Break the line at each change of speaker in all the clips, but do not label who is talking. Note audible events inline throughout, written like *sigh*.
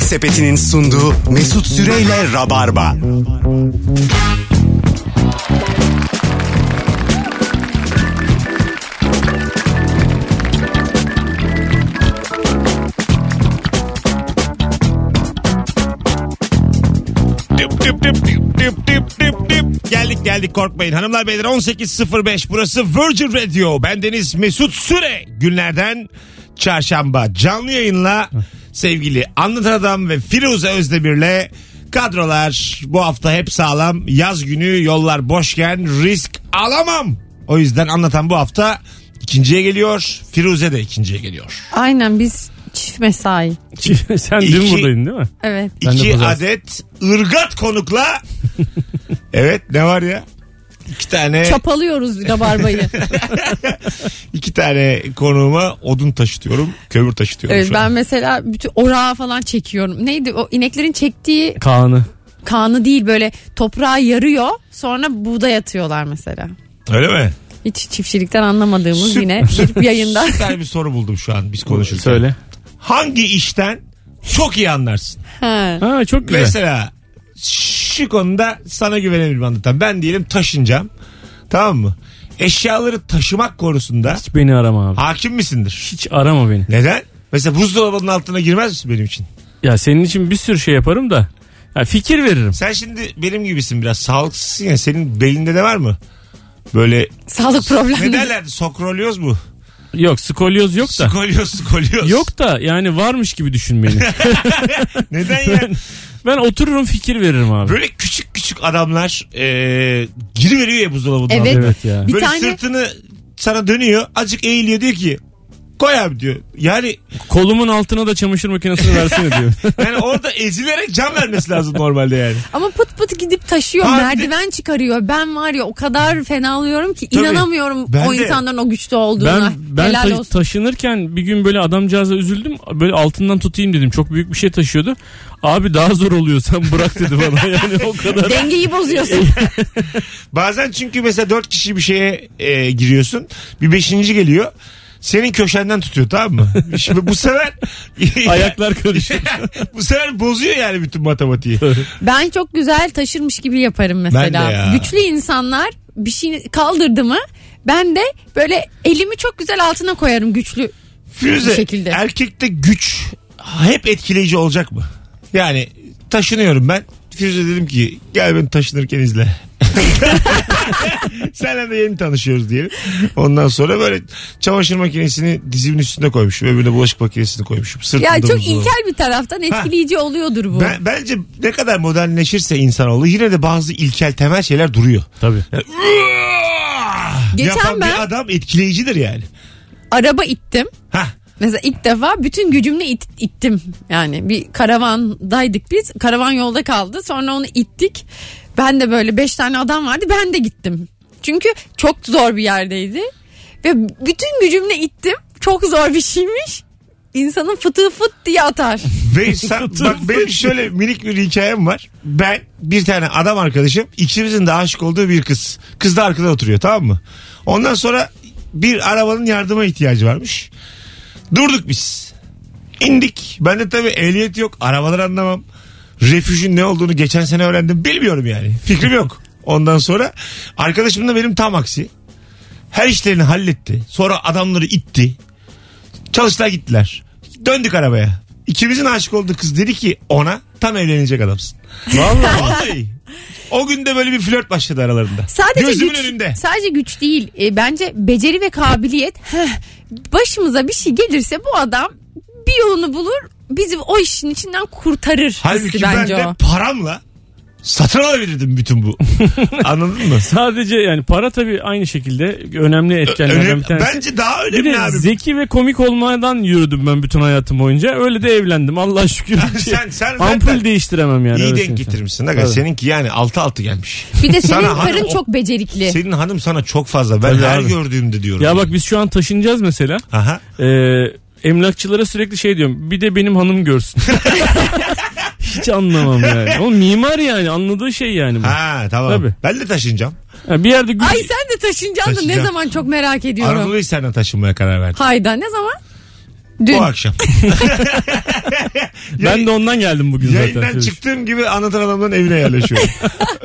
Sepeti'nin sunduğu Mesut Süreyle Rabarba.
Düp düp düp düp düp düp düp düp. Geldik geldik korkmayın. Hanımlar beyler 18.05 burası Virgin Radio. Bendeniz Mesut Süre. Günlerden çarşamba canlı yayınla sevgili Anlatan Adam ve Firuze Özdemir'le kadrolar bu hafta hep sağlam. Yaz günü yollar boşken risk alamam. O yüzden anlatan bu hafta ikinciye geliyor. Firuze de ikinciye geliyor.
Aynen biz çift mesai.
*laughs* Sen
İki-
dün buradaydın değil mi?
Evet.
Ben de
İki
pazartesi.
adet ırgat
*laughs*
konukla evet ne var ya? İki tane
Çapalıyoruz
*laughs*
rabarbayı.
iki tane konuğuma odun taşıtıyorum, kömür taşıtıyorum
evet,
şu
ben
an.
mesela bütün orağı falan çekiyorum. Neydi o ineklerin çektiği
Kaan'ı.
kanı değil böyle toprağa yarıyor. Sonra buğday atıyorlar mesela.
Öyle mi?
Hiç çiftçilikten anlamadığımız
Süp-
yine
*laughs*
bir yayında.
Süper bir soru buldum şu an biz konuşurken.
Söyle.
Hangi işten çok iyi anlarsın?
Ha.
Ha çok güzel.
Mesela şu konuda sana güvenebilirim anlatan. Ben diyelim taşınacağım. Tamam mı? Eşyaları taşımak konusunda
Hiç beni arama abi.
hakim misindir?
Hiç arama beni.
Neden? Mesela buzdolabının altına girmez misin benim için?
Ya senin için bir sürü şey yaparım da. Ya fikir veririm.
Sen şimdi benim gibisin biraz sağlıksızsın ya senin belinde de var mı? Böyle
Sağlık
ne
problemleri.
derlerdi skolyoz mu?
Yok skolyoz yok da.
Skolyoz skolyoz.
Yok da yani varmış gibi
*laughs*
düşün beni.
Neden ya?
ben otururum fikir veririm abi.
Böyle küçük küçük adamlar e, giriveriyor ya buzdolabından.
Evet.
Evet ya.
Bir
Böyle
tane
sırtını sana dönüyor azıcık eğiliyor diyor ki koy abi diyor. Yani
Kolumun altına da çamaşır makinesini versene
*laughs*
diyor.
yani orada ezilerek can vermesi lazım normalde yani.
ama pıt pıt gidip taşıyor
Abi de-
merdiven çıkarıyor. Ben var ya o kadar fenalıyorum ki
Tabii.
inanamıyorum
Ben
o
de.
insanların o güçte olduğuna.
ben ben
Helal
ta-
olsun.
taşınırken bir gün böyle adamcağıza üzüldüm. Böyle altından tutayım dedim. Çok büyük bir şey taşıyordu. Abi daha zor oluyor sen bırak dedi bana. *laughs* Yani o kadar.
*laughs*
Dengeyi bozuyorsun.
Bazen çünkü mesela dört kişi bir şeye e, giriyorsun. Bir beşinci geliyor. Senin köşenden tutuyor tamam mı?
*laughs*
Şimdi bu sefer
Ayaklar karıştı.
*laughs* bu sefer bozuyor yani bütün matematiği.
Ben çok güzel taşırmış gibi yaparım mesela.
Ben de ya.
Güçlü insanlar bir şeyini kaldırdı mı ben de böyle elimi çok güzel altına koyarım güçlü.
Firuze
Bu şekilde.
erkekte güç hep etkileyici olacak mı? Yani taşınıyorum ben. Firuze dedim ki gel beni taşınırken izle. *laughs* Senle de yeni tanışıyoruz diyelim. Ondan sonra böyle çamaşır makinesini dizimin üstüne koymuşum. Öbürüne bulaşık makinesini koymuşum. *laughs* Sırtımda
Ya çok
buzdolabı.
ilkel bir taraftan etkileyici oluyordur bu.
Ben, bence ne kadar modernleşirse insanoğlu yine de bazı ilkel temel şeyler duruyor.
Tabii.
Yani,
Geçen
yapan
ben-
bir adam etkileyicidir yani.
Araba ittim.
Hah.
Mesela ilk defa bütün gücümle it- ittim. Yani bir karavandaydık biz. Karavan yolda kaldı. Sonra onu ittik. Ben de böyle beş tane adam vardı. Ben de gittim. Çünkü çok zor bir yerdeydi. Ve bütün gücümle ittim. Çok zor bir şeymiş. İnsanın fıtığı fıt
*laughs*
diye atar.
Ve sen, bak benim şöyle minik bir hikayem var. Ben bir tane adam arkadaşım ikimizin de aşık olduğu bir kız. Kız da arkada oturuyor tamam mı? Ondan sonra bir arabanın yardıma ihtiyacı varmış. Durduk biz. İndik. Ben de tabii ehliyet yok. Arabaları anlamam. Refüjün ne olduğunu geçen sene öğrendim. Bilmiyorum yani. Fikrim yok. Ondan sonra arkadaşım da benim tam aksi. Her işlerini halletti. Sonra adamları itti. Çalıştılar gittiler. Döndük arabaya. İkimizin aşık olduğu kız dedi ki ona tam evlenecek adamsın. Vallahi. O gün de böyle bir flört başladı aralarında.
Sadece
Gözümün
güç,
önünde.
sadece güç değil. E, bence beceri ve kabiliyet. Heh, başımıza bir şey gelirse bu adam bir yolunu bulur. Bizi o işin içinden kurtarır.
Halbuki
hissi
ben
bence
de
o.
paramla satın alabilirdim bütün
*laughs*
bu. Anladın mı?
Sadece yani para tabii aynı şekilde *laughs* önemli etkenlerden bir
Önemli,
tanesi.
bence daha
Bir
önemli
de
abi.
zeki ve komik olmadan yürüdüm ben bütün hayatım boyunca. Öyle de evlendim Allah şükür.
*laughs* sen sen
Ampul
zaten
değiştiremem yani.
iyi
öyle
denk
söyleyeyim sana.
getirmişsin. Aga,
Tabii.
seninki yani altı altı gelmiş.
Bir de senin
Sana hanım
karın
o-
çok becerikli.
Senin hanım sana çok fazla. Ben
Tabii
her
abi.
gördüğümde diyorum.
Ya bak biz şu an taşınacağız mesela.
Aha.
Ee, emlakçılara sürekli şey diyorum. Bir de benim hanım görsün. *laughs* Hiç anlamam yani. O mimar yani anladığı şey yani bu.
Ha tamam.
Tabii.
Ben de taşınacağım.
Ha, bir yerde güç...
Ay sen de taşınacaksın da ne
Taşınacağım.
zaman çok merak ediyorum.
Anadolu İster'den taşınmaya karar verdim.
Hayda ne zaman? Dün.
Bu akşam.
Ben de ondan geldim bugün
Yayından
*laughs* zaten.
çıktığım gibi anlatan adamların evine
*laughs*
yerleşiyorum.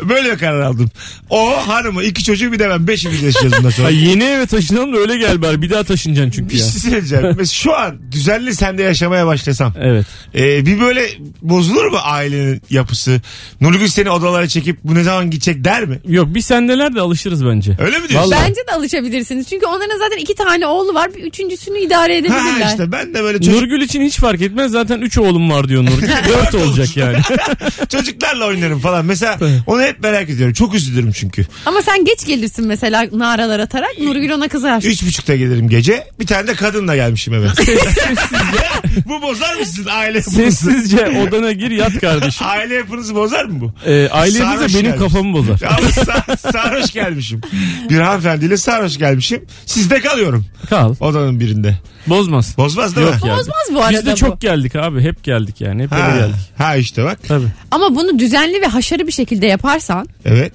Böyle bir karar aldım. O hanımı iki çocuğu bir de ben beşimiz yaşayacağız bundan sonra.
Ay yeni eve taşınalım da öyle gel bari. Bir daha taşınacaksın çünkü
Bir
ya.
şey söyleyeceğim. Mesela şu an düzenli sende yaşamaya başlasam.
Evet.
e, bir böyle bozulur mu ailenin yapısı? Nurgül seni odalara çekip bu ne zaman gidecek der mi?
Yok bir sendeler de alışırız bence.
Öyle mi diyorsun?
Bence de alışabilirsiniz. Çünk onların zaten iki tane oğlu var. Bir üçüncüsünü idare edebilirler.
Ha işte ben de böyle çocuk,
Nurgül için hiç fark etmez zaten 3 oğlum var
*laughs*
diyor Nurgül. 4 olacak yani.
çocuklarla oynarım falan.
*laughs*
Mesela onu hep merak ediyorum. Çok üzülürüm çünkü.
Ama sen geç gelirsin mesela naralar atarak. Nurgül ona kızar.
Üç buçukta gelirim gece. Bir tane de kadınla gelmişim eve. *laughs* bu bozar mısın aile yapınızı?
Sessizce odana gir yat kardeşim.
Aile yapınızı bozar mı bu?
Ee, aile
Sarhoş
yapınca benim
gelmiş.
kafamı bozar.
Ama sa- sarhoş gelmişim. Bir hanımefendiyle sarhoş gelmişim. Sizde kalıyorum
Kal.
odanın birinde.
Bozmaz.
Bozmaz değil mi?
Yok yani.
Bozmaz bu arada
Biz de
bu.
çok geldik abi. Hep geldik yani. Hep öyle
Ha,
geldik.
ha işte bak.
Tabii.
Ama bunu düzenli ve haşarı bir şekilde yaparsan
Evet.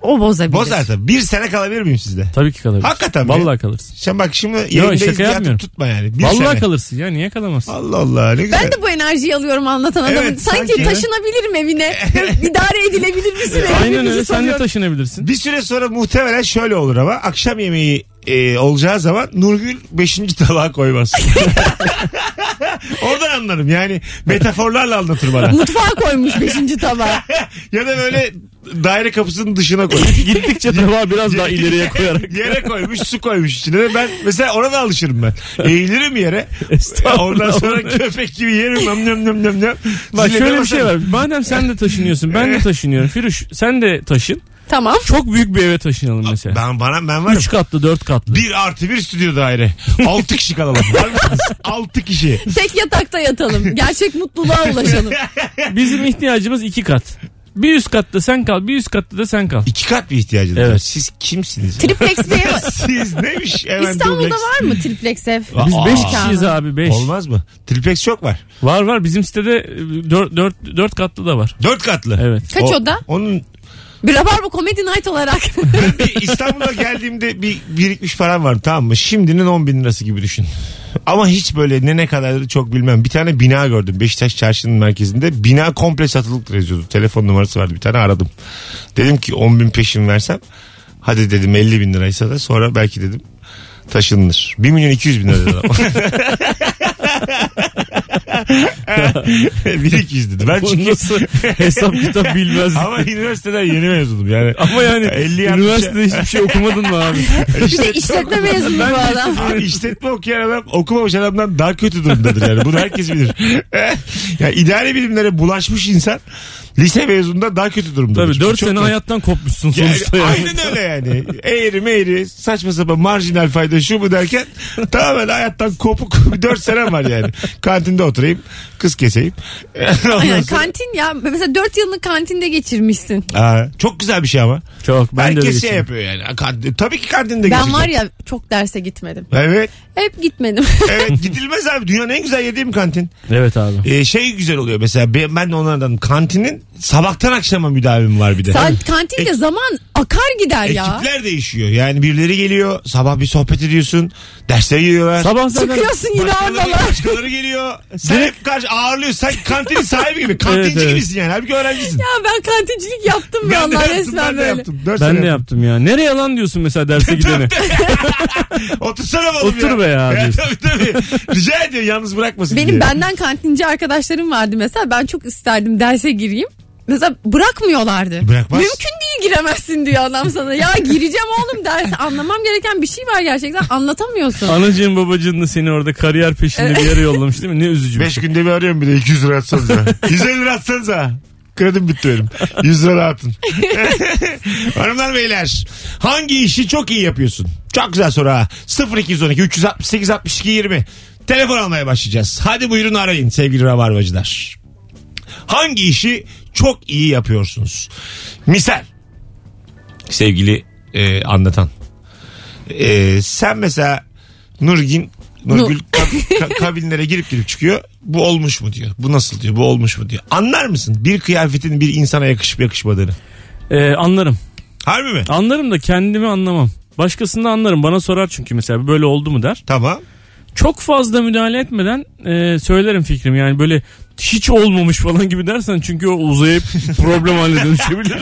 o bozabilir.
Bozar tabii. Bir sene kalabilir miyim sizde?
Tabii ki kalabilirsin.
Hakikaten mi?
Vallahi kalırsın.
Sen bak şimdi yayındayız
şaka
diye
yapmıyorum.
atıp tutma yani. Bir
Vallahi
sene.
kalırsın ya. Niye kalamazsın?
Allah Allah ne güzel.
Ben de bu enerjiyi alıyorum anlatan adamın.
Evet,
sanki,
sanki. *laughs*
taşınabilirim evine. İdare edilebilir misin?
Aynen
Bizi
öyle. Sen de
*laughs*
soruyor.
taşınabilirsin.
Bir süre sonra muhtemelen şöyle olur ama akşam yemeği e, olacağı zaman Nurgül 5. tabağa
*laughs*
koymaz. *laughs* Oradan anlarım yani metaforlarla anlatır
*laughs*
bana.
Mutfağa koymuş beşinci tabağa.
*laughs* ya da böyle daire kapısının dışına koymuş.
Gittikçe tabağı biraz *laughs* daha ileriye
*laughs*
koyarak.
Yere koymuş su koymuş içine de ben mesela ona da alışırım
*laughs*
ben. Eğilirim yere.
Estağfurullah.
Ondan sonra köpek gibi yerim. Nam nam nam nam nam.
Bak
Zilleri
şöyle bir şey
basarım.
var. Madem sen de
*laughs*
taşınıyorsun, ben de taşınıyorum. Firuş sen de taşın.
Tamam.
Çok büyük bir eve taşınalım mesela.
Ben bana ben varım.
3 katlı, 4 katlı.
Bir artı bir stüdyo daire. Altı kişi kalalım. Var mısınız? Altı kişi.
Tek yatakta yatalım. Gerçek mutluluğa ulaşalım.
Bizim ihtiyacımız 2 kat. Bir üst katta sen kal, bir üst katta da sen kal.
İki kat bir ihtiyacınız var.
Evet.
Siz kimsiniz?
*laughs* Triplex diye
Siz neymiş? Hemen
İstanbul'da
duplex.
var mı triplex ev?
Aa.
Biz 5
Aa.
kişiyiz abi 5.
Olmaz mı? Triplex çok var.
Var var bizim sitede e, 4, 4, 4 katlı da var.
Dört katlı.
Evet.
Kaç
O-
oda?
Onun
Bir Rabarba Comedy
*laughs*
Night olarak.
ben bir İstanbul'a geldiğimde bir birikmiş param var tamam mı? Şimdinin 10 bin lirası gibi düşün. Ama hiç böyle ne ne kadar çok bilmem. Bir tane bina gördüm Beşiktaş Çarşı'nın merkezinde. Bina komple satılıktır yazıyordu. Telefon numarası vardı bir tane aradım. Dedim ki 10 bin peşin versem. Hadi dedim 50 bin liraysa da sonra belki dedim taşınılır. 1 milyon 200 bin lira dedi
*laughs*
adam. 1 200 dedi. Ben
Bu
*laughs* çünkü
nasıl hesap kitap bilmez.
ama üniversiteden yeni mezunum yani.
Ama yani
50 yapmış
üniversitede hiçbir şey okumadın mı
*laughs*
abi?
Bir de işletme mezunu bu adam.
Abi işletme okuyan adam okumamış adamdan daha kötü durumdadır yani. Bunu herkes bilir. *laughs* ya idari bilimlere bulaşmış insan lise mezununda daha kötü durumdadır.
Tabii 4
Çok
sene
net.
hayattan kopmuşsun
Yani
sonuçta yani.
Aynen öyle yani. Eğri meğri saçma sapan marjinal fayda şu bu derken tamamen hayattan kopuk 4 senem var yani. Kantinde oturayım kız keseyim. *laughs* Ondan
Aynen,
sonra-
kantin ya. Mesela 4 yılını kantinde geçirmişsin.
Aa, çok güzel bir şey ama.
Çok ben de öyle
Herkes şey
geçirdim.
yapıyor yani. Kant- Tabii ki kantinde
Ben
geçecek.
var ya çok derse gitmedim.
Evet.
Hep gitmedim. *laughs*
Evet gidilmez abi. Dünyanın en güzel yediğim kantin.
Evet abi.
Ee, şey güzel oluyor mesela ben, ben de onlardan kantinin sabahtan akşama müdavim var bir de.
Saat kantinde zaman akar gider ya.
Ekipler değişiyor. Yani birileri geliyor sabah bir sohbet ediyorsun. Derslere geliyorlar.
Sabah zaten
Çıkıyorsun yine
Başkaları,
oralara.
başkaları geliyor. Sen hep karşı ağırlıyor. Sen kantinin sahibi
*laughs*
gibi. Kantinci
Evet, evet.
gibisin yani. Halbuki öğrencisin.
Ya ben kantincilik yaptım
Ben
bir
de
yandan
yaptım, ben
resmen
de
böyle.
yaptım. Dört
ben
sene
de yaptım ya. Nereye lan diyorsun
*laughs*
mesela derse gidene.
Otursana oğlum
Otur
ya.
be
*laughs*
ya
Ya
diyorsun.
tabii tabii. Rica ediyorum yalnız bırakmasın
Benim
diye.
benden kantinci arkadaşlarım vardı mesela. Ben çok isterdim derse gireyim. Mesela bırakmıyorlardı.
Bırakmaz.
Mümkün değil giremezsin diyor adam sana. Ya gireceğim oğlum derse. Anlamam gereken bir şey var gerçekten. Anlatamıyorsun.
Anacığın babacığın da seni orada kariyer peşinde bir yere yollamış değil mi? Ne üzücü. bir
Beş
şey.
günde bir arıyorum bir de 200 lira atsanıza. 150 lira atsanıza. Kredim bitti benim. 100 lira atın. Hanımlar beyler hangi işi çok iyi yapıyorsun? Çok güzel soru ha. 0212 368 62 20. Telefon almaya başlayacağız. Hadi buyurun arayın sevgili rabarbacılar. Hangi işi çok iyi yapıyorsunuz? Misal sevgili e, anlatan. E, sen mesela Nurgin Nurgül ka- ka- *laughs* kabinlere girip girip çıkıyor. Bu olmuş mu diyor. Bu nasıl diyor. Bu olmuş mu diyor. Anlar mısın bir kıyafetin bir insana yakışıp yakışmadığını?
Ee, anlarım.
Harbi mi?
Anlarım da kendimi anlamam. Başkasını da anlarım. Bana sorar çünkü mesela böyle oldu mu der.
Tamam.
çok fazla müdahale etmeden e, söylerim fikrimi. Yani böyle hiç olmamış falan gibi dersen çünkü o uzayıp
*laughs*
problem haline dönüşebilir.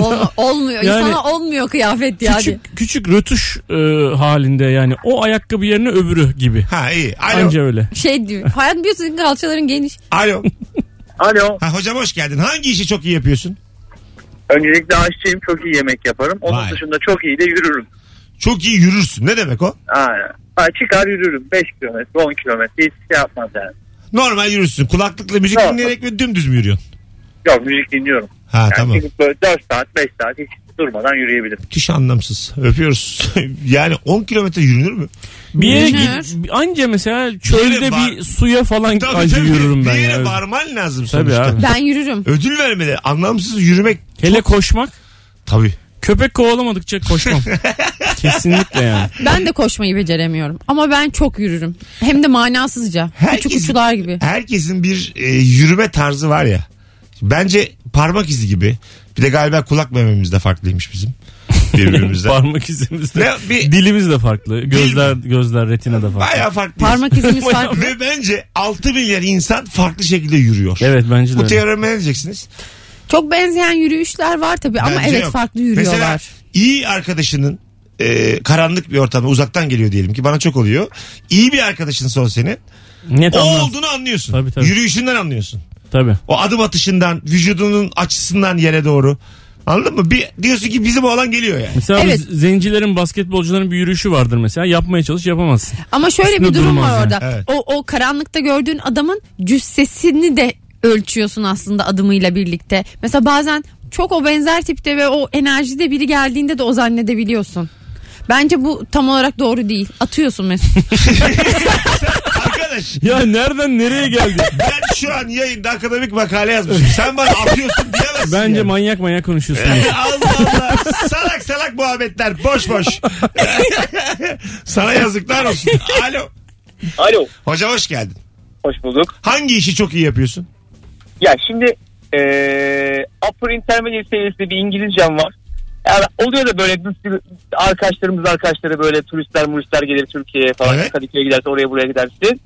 Olma- olmuyor.
Yani-
İnsana olmuyor kıyafet yani.
Küçük, küçük rötuş e, halinde yani o ayakkabı yerine öbürü gibi.
Ha iyi. Alo.
Anca öyle.
Şey diyor. Hayat biliyorsun kalçaların geniş.
Alo.
Alo.
Ha, hocam hoş geldin. Hangi işi çok iyi yapıyorsun?
Öncelikle aşçıyım. Çok iyi yemek yaparım. Onun
Vay.
dışında çok iyi de yürürüm.
Çok iyi yürürsün. Ne demek o?
Aynen. Ha, çıkar yürürüm. 5 kilometre, 10 kilometre. Hiç şey yapmaz yani.
Normal yürürsün. Kulaklıkla müzik
Normal.
dinleyerek mi dümdüz mü yürüyorsun?
Yok müzik dinliyorum.
Ha
Yani
tamam.
çıkıp böyle 4 saat, 5 saat hiç durmadan yürüyebilirim.
Müthiş anlamsız. Öpüyoruz. *laughs* yani 10 kilometre yürünür mü?
Bir yere
Yürünür.
git, anca mesela
Bir
çölde
yere
bir
var-
suya falan
Tabii,
anca
tabii.
yürürüm ben.
Bir yere
yani.
varman lazım
Tabii
sonuçta.
abi.
Ben yürürüm.
Ödül vermeli. Anlamsız yürümek.
Hele koşmak.
Tabii.
Köpek kovalamadıkça
*laughs*
koşmam. Kesinlikle yani.
Ben de koşmayı beceremiyorum. Ama ben çok yürürüm. Hem de manasızca.
Herkes-
Küçük uçular gibi.
Herkesin bir e, yürüme tarzı var ya. Bence parmak izi gibi. Bir de galiba kulak mememiz de farklıymış bizim. Birbirimizden.
*laughs* Parmak izimiz de.
Ne, bir-
Dilimiz de farklı. Gözler gözler retina da farklı.
Bayağı farklı.
Parmak izimiz farklı.
Ve bence 6 milyar insan farklı şekilde yürüyor.
Evet bence de.
Bu
öyle.
teoreme ne diyeceksiniz?
Çok benzeyen yürüyüşler var tabii ama
Bence
evet
yok.
farklı yürüyorlar.
Mesela iyi arkadaşının e, karanlık bir ortama uzaktan geliyor diyelim ki bana çok oluyor. İyi bir arkadaşın son senin.
Net
O
anlam.
olduğunu anlıyorsun.
Tabii, tabii.
Yürüyüşünden anlıyorsun.
Tabii.
O adım atışından, vücudunun açısından yere doğru. Anladın mı? Bir, diyorsun ki bizim oğlan geliyor
*laughs*
yani.
Mesela bu
Evet.
zencilerin basketbolcuların bir yürüyüşü vardır mesela. Yapmaya çalış yapamazsın.
Ama şöyle
Üstünde
bir durum
durmaz
var
yani.
orada.
Evet.
O o karanlıkta gördüğün adamın cüssesini de ölçüyorsun aslında adımıyla birlikte. Mesela bazen çok o benzer tipte ve o enerjide biri geldiğinde de o zannedebiliyorsun. Bence bu tam olarak doğru değil. Atıyorsun Mesut.
Arkadaş
Ya nereden
*laughs*
nereye geldi?
ben şu an yayında akademik makale yazmışım. Sen bana atıyorsun diyemezsin.
*laughs* Bence
yani.
manyak manyak konuşuyorsun.
Allah Allah. Salak salak muhabbetler. Boş
*laughs*
boş. Sana yazıklar olsun. Alo.
Alo.
Hocam hoş geldin.
Hoş bulduk.
Hangi işi çok iyi yapıyorsun?
Ya şimdi eee upper intermediate seviyesinde bir İngilizcem var. Yani oluyor da böyle bir- arkadaşlarımız arkadaşları böyle turistler muristler gelir Türkiye'ye falan.
Evet.
Kadıköy'e giderse oraya buraya gidersin.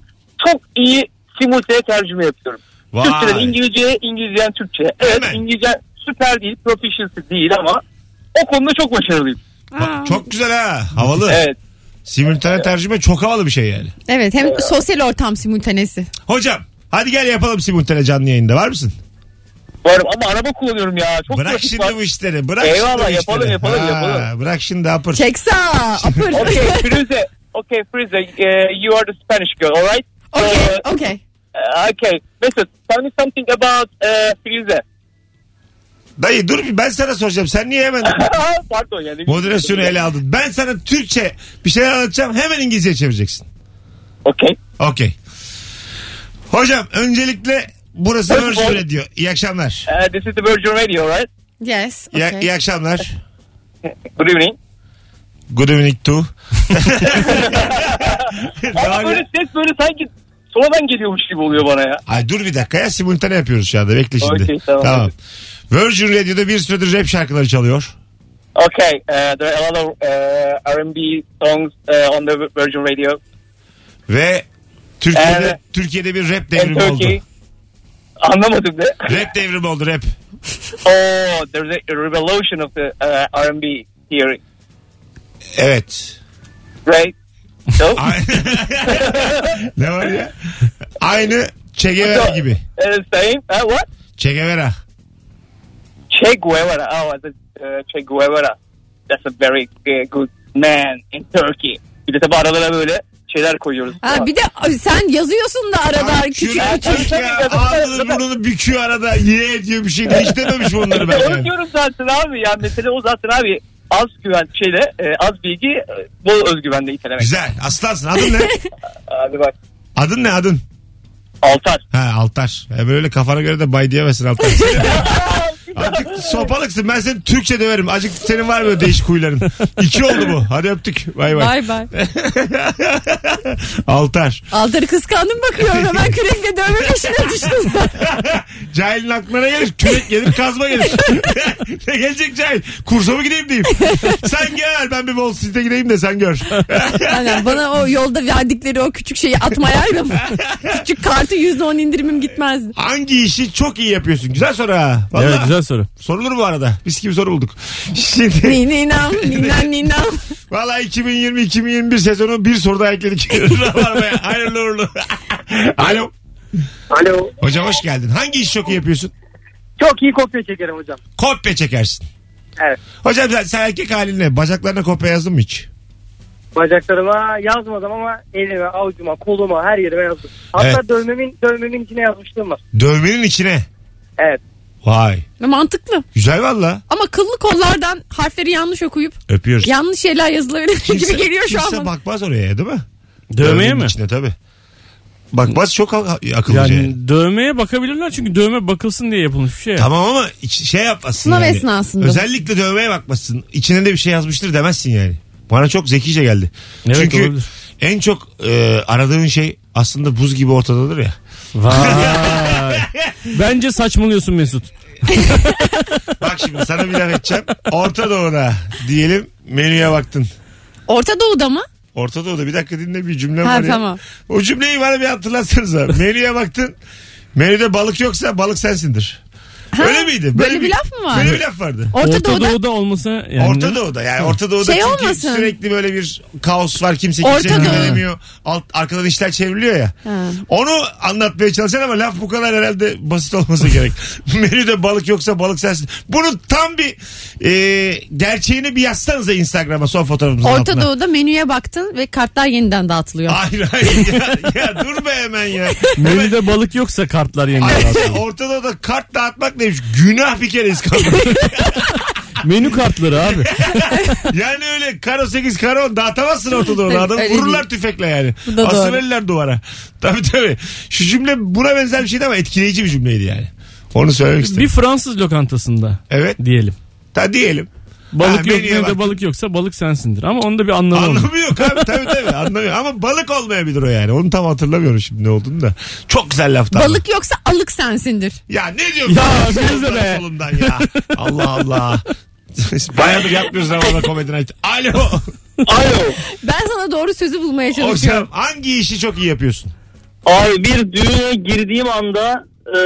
Çok iyi simultane tercüme yapıyorum.
Vay.
Türkçeden İngilizceye, İngilizceden Türkçeye. Evet
Hemen.
İngilizce süper değil, proficiency değil ama o konuda çok başarılıyım.
Bak, çok güzel ha. Havalı.
Evet.
Simultane tercüme çok havalı bir şey yani.
Evet hem sosyal ortam simultanesi.
Hocam hadi gel yapalım simultane canlı yayında. Var mısın?
Varım ama araba kullanıyorum ya. Çok
Bırak
trafik
şimdi
var.
bu işleri. Bırak
Eyvallah,
şimdi bu
yapalım,
işleri.
yapalım, yapalım.
Bırak şimdi apır.
Çek sağa.
*laughs*
Apır. *laughs*
Okay, Firuze. Okay, Firuze. eh, you are the Spanish girl, alright?
Okay,
Eh,
okay.
Uh, okay, Mesut, tell me something about uh, Firuze.
Dayı dur bir ben sana soracağım. Sen niye
*laughs*
hemen
*laughs* Pardon yani.
moderasyonu ele aldın? Ben sana Türkçe bir şeyler anlatacağım. Hemen İngilizce çevireceksin.
Okay.
Okey. Hocam öncelikle burası
Hoş
Virgin
bulduk.
Radio. İyi akşamlar.
Uh, this is the Virgin Radio, right?
Yes.
İyi,
okay.
iyi akşamlar. *laughs*
Good evening.
Good evening to.
Ama
Yani-
böyle ses böyle sanki sonradan geliyormuş gibi oluyor bana ya.
Ay dur bir dakika ya simultane yapıyoruz şu anda. Bekle şimdi.
Okey, tamam.
Virgin Radio'da bir süredir rap şarkıları çalıyor.
Okay, uh, there are a lot of uh, R&B songs uh, on the Virgin Radio.
Ve Türkiye'de
Evet.
Türkiye'de bir rap
And
devrimi oldu.
Turkey. Anlamadım ne?
Rap devrimi oldu rap.
*laughs* oh, there's a revolution of the uh, R&B here,
Evet. *laughs*
right? So,
Ay- *laughs* ne var ya? Aynı Che Guevara
so,
gibi.
Uh, same. Uh, what?
Che Guevara.
Che Guevara. Oh, the, uh, Che Guevara. That's a very uh, good man in Turkey. Bir de tabi aralara böyle şeyler koyuyoruz.
Ha, bir de sen yazıyorsun da arada küçük
Kürek
küçük.
çocuk ya. Ağzını burnunu büküyor arada. Ye ediyor bir şey. de. Hiç dememiş mi
*laughs*
onları ben?
İşte onu
yani?
diyorum zaten abi ya. Mesele o zaten abi. Az güven şeyle, e, az bilgi, e, bol özgüvenle itelemek.
Güzel. Aslansın. Adın ne?
Abi bak.
Adın ne adın?
Altar.
Ha Altar. E böyle öyle kafana göre de bay diyemezsin Altar. Artık sopalıksın. Ben seni Türkçe döverim. Acık senin var mı değişik huyların? İki oldu bu. Hadi öptük. Bay bay.
Bay bay.
*laughs* Altar.
Altarı kıskandım bakıyorum hemen kürekle dövme peşine düştüm.
Cahilin aklına gelir. Kürek gelir kazma gelir. *laughs* ne gelecek cahil? Kursa mı gideyim diyeyim. sen gel ben bir bol sizde gideyim de sen gör. *laughs*
Aynen bana o yolda verdikleri o küçük şeyi
*laughs*
atmayaydım. küçük kartı %10 indirimim gitmezdi.
Hangi işi çok iyi yapıyorsun? Güzel soru ha. Vallahi.
Evet güzel soru.
Sorulur bu arada. Biz gibi soru bulduk. Şimdi
Nininam, ninan, ninan.
Valla 2020-2021 sezonu bir soru daha ekledik. *laughs* Rabarba'ya. Hayırlı uğurlu. *laughs* Alo.
Alo.
Hocam hoş geldin. Hangi işi çok iyi yapıyorsun?
Çok iyi kopya çekerim hocam.
Kopya çekersin.
Evet.
Hocam sen, sen erkek halinle bacaklarına kopya yazdın mı hiç?
Bacaklarıma yazmadım ama elime, avucuma, koluma, her yerime yazdım. Hatta
Evet.
dövmemin, dövmemin içine yazmışlığım var.
Dövmenin içine.
Evet.
Vay.
Mantıklı.
Güzel valla.
Ama kıllı kollardan harfleri yanlış okuyup
Öpüyoruz.
yanlış şeyler yazılabilir gibi geliyor şu an.
Kimse
bana.
bakmaz oraya değil mi?
Dövmeye
Dövmenin
mi?
içine tabii. Bakmaz çok ak- akıllıca.
Yani
yani.
dövmeye bakabilirler çünkü dövme bakılsın diye yapılmış bir şey.
Tamam ama iç- şey yapmazsın
Sınav
yani.
esnasında.
Özellikle dövmeye bakmazsın. İçine de bir şey yazmıştır demezsin yani. Bana çok zekice geldi.
Evet,
Çünkü
olabilir.
en çok e, aradığın şey aslında buz gibi ortadadır ya. *laughs*
Vay. Bence saçmalıyorsun Mesut.
Bak şimdi sana bir laf edeceğim. Orta Doğu'da diyelim menüye baktın.
Orta Doğu'da mı?
Orta Doğu'da bir dakika dinle bir cümle
Ha,
var ya.
tamam.
O cümleyi bana bir hatırlatsanız. Menüye baktın. Menüde balık yoksa balık sensindir. Öyle miydi?
Böyle bir laf mı var?
Böyle bir laf vardı.
Orta, Doğu'da.
olmasa yani.
Orta Doğu'da yani Orta Doğu'da
Şey
çünkü
olmasın.
sürekli böyle bir kaos var kimse
Orta
kimseye
Doğu.
güvenemiyor. Alt, arkadan işler çevriliyor ya.
Ha.
Onu anlatmaya çalışan ama laf bu kadar herhalde basit olması gerek. *laughs* Menüde balık yoksa balık sensin. Bunun tam bir e, gerçeğini bir yazsanıza Instagram'a son fotoğrafımızın altına.
Orta Doğu'da menüye baktın ve kartlar yeniden dağıtılıyor.
Hayır hayır ya, ya dur be hemen ya.
Menüde balık yoksa kartlar yeniden
Ay,
dağıtılıyor.
Ortada da kart dağıtmak neymiş? Günah bir kere İskambil.
Menü
*laughs*
kartları abi.
yani öyle karo 8 karo 10 dağıtamazsın ortada onu.
Tabii,
Adam
öyle
vururlar tüfekle yani.
Bu da doğru.
Asıverirler duvara. Tabii tabii. Şu cümle buna benzer bir şeydi ama etkileyici bir cümleydi yani. Onu söylemek istedim.
Bir Fransız lokantasında
Evet.
diyelim.
Ta diyelim. Ha,
Balık yok
menüye
menüde
bak.
balık yoksa balık sensindir. Ama onda bir anlamı olmuyor.
Anlamı yok abi tabii tabii anlamıyor. Ama balık olmayabilir o yani. Onu tam hatırlamıyorum şimdi ne olduğunu da. Çok güzel laftı ama.
Balık yoksa alık sensindir.
Ya ne diyorsun?
Ya,
Sağdan
bize be.
Solundan ya. Allah Allah. *laughs* Bayağıdır yapmıyoruz ama komedi night. Alo. *laughs*
Alo.
Ben sana doğru sözü bulmaya
Hocam
çalışıyorum.
hangi işi çok iyi yapıyorsun?
Abi bir düğüne girdiğim anda e,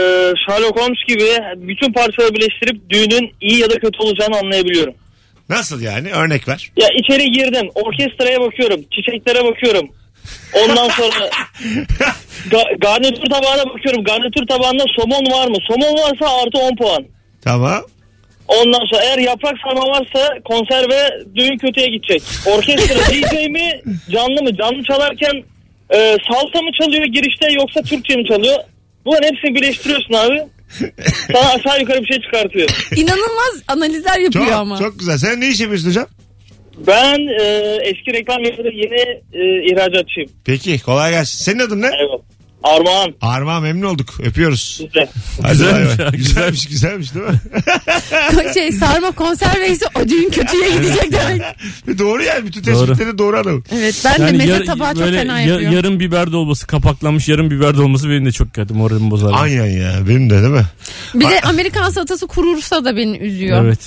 Sherlock Holmes gibi bütün parçaları birleştirip düğünün iyi ya da kötü olacağını anlayabiliyorum.
Nasıl yani? Örnek *laughs* ver.
Ya içeri girdim. Orkestraya bakıyorum. Çiçeklere bakıyorum. Ondan sonra ga- garnitür tabağına bakıyorum. Garnitür tabağında somon var mı? Somon varsa artı 10 puan.
Tamam.
Ondan sonra eğer yaprak sarma varsa konserve düğün kötüye gidecek. Orkestra DJ mi? Canlı mı? Canlı çalarken e, salsa mı çalıyor girişte yoksa Türkçe mi çalıyor? Bunların hepsini birleştiriyorsun abi. Sana aşağı yukarı bir şey çıkartıyor.
İnanılmaz analizler yapıyor
Çok,
ama.
çok güzel. Sen ne iş yapıyorsun hocam?
Ben e, eski reklam yapıda yeni e, ihracatçıyım.
Peki kolay gelsin. Senin adın ne?
Evet. Armağan.
Armağan memnun olduk. Öpüyoruz.
Güzel.
Hadi
Güzelmiş
bay bay.
abi,
Güzelmiş güzelmiş
*laughs*
değil mi?
şey sarma konserveyse o düğün kötüye gidecek demek.
doğru yani. Bütün tespitleri doğru adam.
Evet ben de meze
yar-
tabağı çok
böyle
fena
ya-
yapıyor.
yarım biber dolması kapaklanmış yarım biber dolması benim de çok kötü moralimi bozar.
Aynen ya. Benim de değil mi?
bir de Amerikan salatası kurursa da beni üzüyor.
Evet.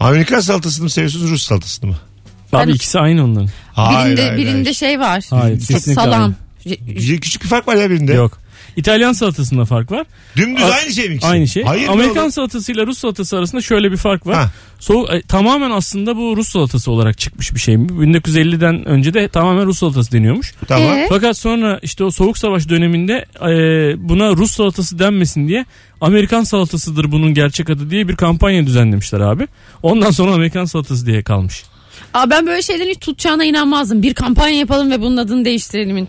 Amerikan salatasını mı seviyorsunuz Rus salatasını mı?
Abi
Ben-
ikisi aynı onların.
Hayır,
birinde
hayır,
birinde şey var.
Hayır,
Sa-
kesinlikle
salam.
hayır. Bir- Küçük bir fark var ya birinde.
Yok. İtalyan salatasında fark var.
Dümdüz
A-
aynı şey mi? ikisi?
Aynı şey.
Hayır, ne
Amerikan
olur?
salatasıyla Rus salatası arasında şöyle bir fark var.
Ha.
Soğuk, e, tamamen aslında bu Rus salatası olarak çıkmış bir şey. 1950'den önce de tamamen Rus salatası deniyormuş.
Tamam.
Ee?
Fakat sonra işte o soğuk savaş döneminde e, buna Rus salatası denmesin diye Amerikan salatasıdır bunun gerçek adı diye bir kampanya düzenlemişler abi. Ondan sonra Amerikan salatası diye kalmış.
Aa, ben böyle şeylerin hiç tutacağına inanmazdım. Bir kampanya yapalım ve bunun adını değiştirelim.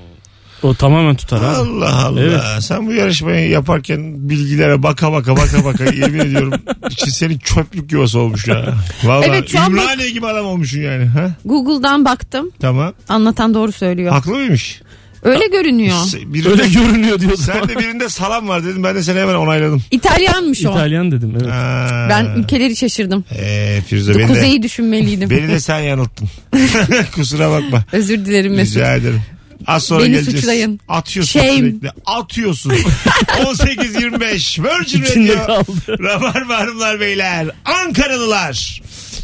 O tamamen tutar abi.
Allah Allah.
Evet.
Sen bu yarışmayı yaparken bilgilere baka baka baka
*laughs*
baka yemin ediyorum içi senin çöplük yuvası olmuş ya. Vallahi
Evet, şu an bak-
İmraniye gibi adam olmuşsun yani. Ha?
Google'dan baktım.
Tamam.
Anlatan doğru söylüyor.
Haklı Şey- mıymış?
Öyle görünüyor.
Birinde,
Öyle görünüyor diyorsun.
sen de birinde salam var dedim. Ben de seni hemen onayladım.
İtalyanmış o.
*laughs* İtalyan dedim evet.
Ha.
Ben ülkeleri şaşırdım.
Ee, Firuze beni de,
Kuzeyi düşünmeliydim.
beni de sen
*laughs*
yanılttın. *laughs* Kusura bakma.
Özür dilerim Mesut.
Rica ederim. Az sonra
Beni
geleceğiz.
suçlayın.
Atıyorsun
Shame.
sürekli.
*laughs*
Atıyorsun. 18-25 Virgin
İçinde
Radio.
kaldı.
Rabarba hanımlar beyler. Ankaralılar.